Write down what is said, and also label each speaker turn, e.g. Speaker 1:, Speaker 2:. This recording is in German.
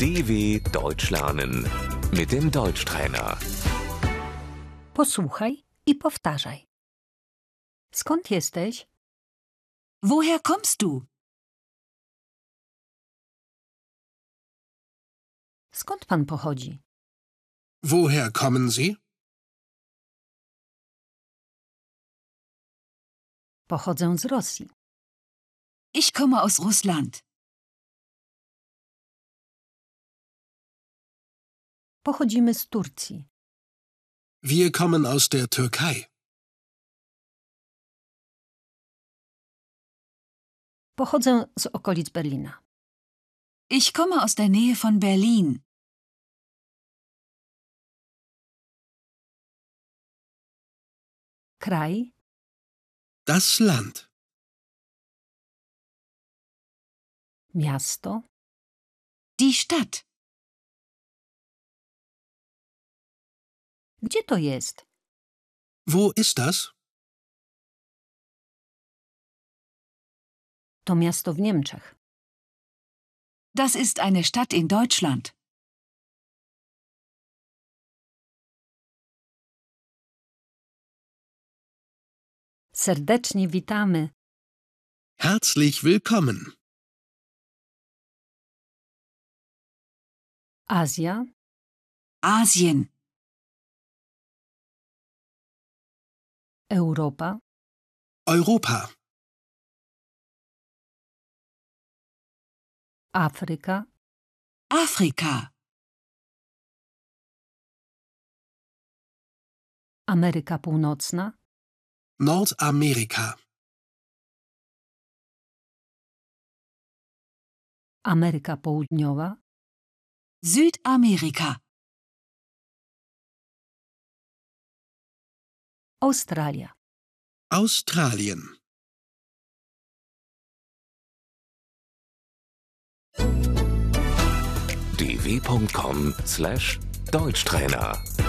Speaker 1: DW Deutsch lernen mit dem Deutschtrainer.
Speaker 2: Posłuchaj i powtarzaj. Skąd jesteś?
Speaker 3: Woher kommst du?
Speaker 2: Skąd pan pochodzi?
Speaker 4: Woher kommen Sie?
Speaker 2: Pochodzę z Rosji.
Speaker 3: Ich komme aus Russland.
Speaker 2: Pochodzimy z Turcji.
Speaker 4: Wir kommen aus der Türkei.
Speaker 2: Pochodzę z okolic Berlina.
Speaker 3: Ich komme aus der Nähe von Berlin.
Speaker 2: Kraj,
Speaker 4: Das Land.
Speaker 2: miasto,
Speaker 3: Die Stadt.
Speaker 2: gdzie to jest?
Speaker 4: Wo ist das?
Speaker 2: To miasto w Niemczech.
Speaker 3: Das ist eine Stadt in Deutschland.
Speaker 2: Serdecznie witamy.
Speaker 4: Herzlich willkommen.
Speaker 2: Azja,
Speaker 3: Asien.
Speaker 2: Europa,
Speaker 4: Europa.
Speaker 2: Afryka,
Speaker 3: Afrika.
Speaker 2: Ameryka Północna,
Speaker 4: Nordamerika.
Speaker 2: Ameryka Południowa,
Speaker 3: Südamerika.
Speaker 2: Australia,
Speaker 4: Australien.
Speaker 1: dw.com/deutschtrainer